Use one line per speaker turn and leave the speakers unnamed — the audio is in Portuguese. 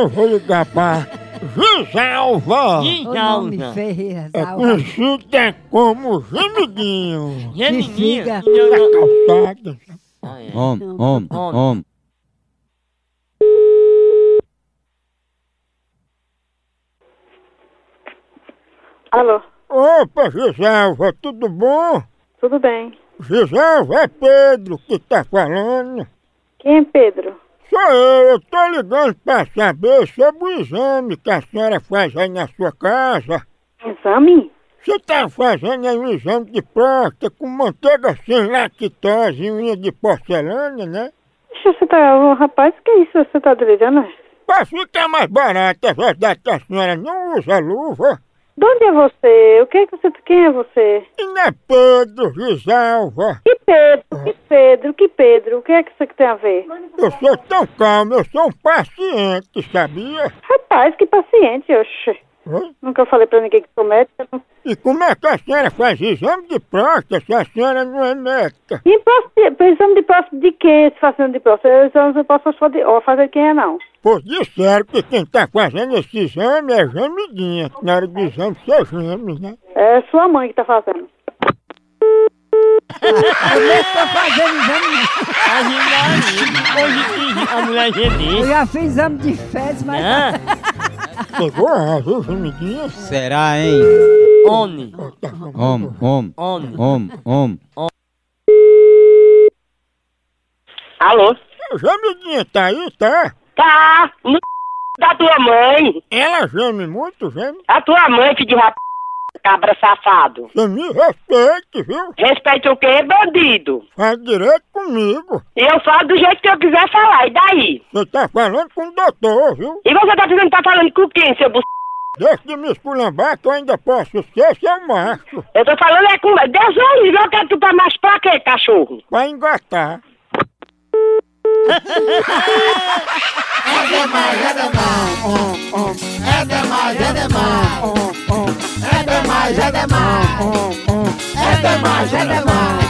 Eu vou ligar pra Gisalva.
Ih, não,
nome
não.
Ferreira
É
Zalva.
conhecida como gemidinho
E é
Que
da
menina.
fica.
Não, não.
calçada.
Ah, é.
Om, om, om.
Alô,
Opa, Gisalva, tudo bom?
tudo bem?
Gisalva, é Pedro que tá falando.
Quem é Pedro?
Sou eu, eu tô ligando pra saber sobre o exame que a senhora faz aí na sua casa.
Exame?
Você tá fazendo aí um exame de próstata com manteiga sem lactose e unha de porcelana, né?
Ixi, você tá. ô, rapaz, que isso? Você tá delirando? é?
Pra ficar mais barato, é verdade que a senhora não usa luva.
De onde é você? O que é que você. Quem é você?
E não é Pedro, Gisalva.
Que Pedro? Que Pedro? Que Pedro? O que é que isso que tem a ver?
Eu sou tão calmo, eu sou um paciente, sabia?
Rapaz, que paciente, oxe.
Hã?
Nunca falei pra ninguém que sou médica. não.
E como é que a senhora faz exame de próstata se a senhora não é médica?
E próximo, exame de próximo de quê? Se fazendo de próximo? Exame de próximo fazer, ó, fazer quem é não.
Pois disseram que quem tá fazendo esse exame é gemidinha. que Na hora do exame você geme, né?
É sua mãe que tá fazendo.
Eu estou fazendo exame.
A gente não. Hoje que a mulher
Eu
gemia.
já fiz exame de fezes, mas.
Hã?
Pegou a viu, gemidinha?
Será, hein?
Oni.
Ó, tá falando.
Om, om,
Oni.
om, om.
Alô?
Gemidinha tá aí, tá?
Tá, no da tua mãe.
Ela geme muito, geme.
A tua mãe, filho de rap... cabra safado.
Você me respeite, viu?
Respeita o quê, bandido?
Faz direito comigo.
Eu falo do jeito que eu quiser falar, e daí?
Você tá falando com o doutor, viu?
E você tá dizendo que tá falando com quem, seu bu...
Deixa de me esculambar que eu ainda posso ser seu macho.
Eu tô falando é com... Deus é livre, eu quero que tu tá mais pra quê, cachorro?
Pra engatar.
É demais, é demais.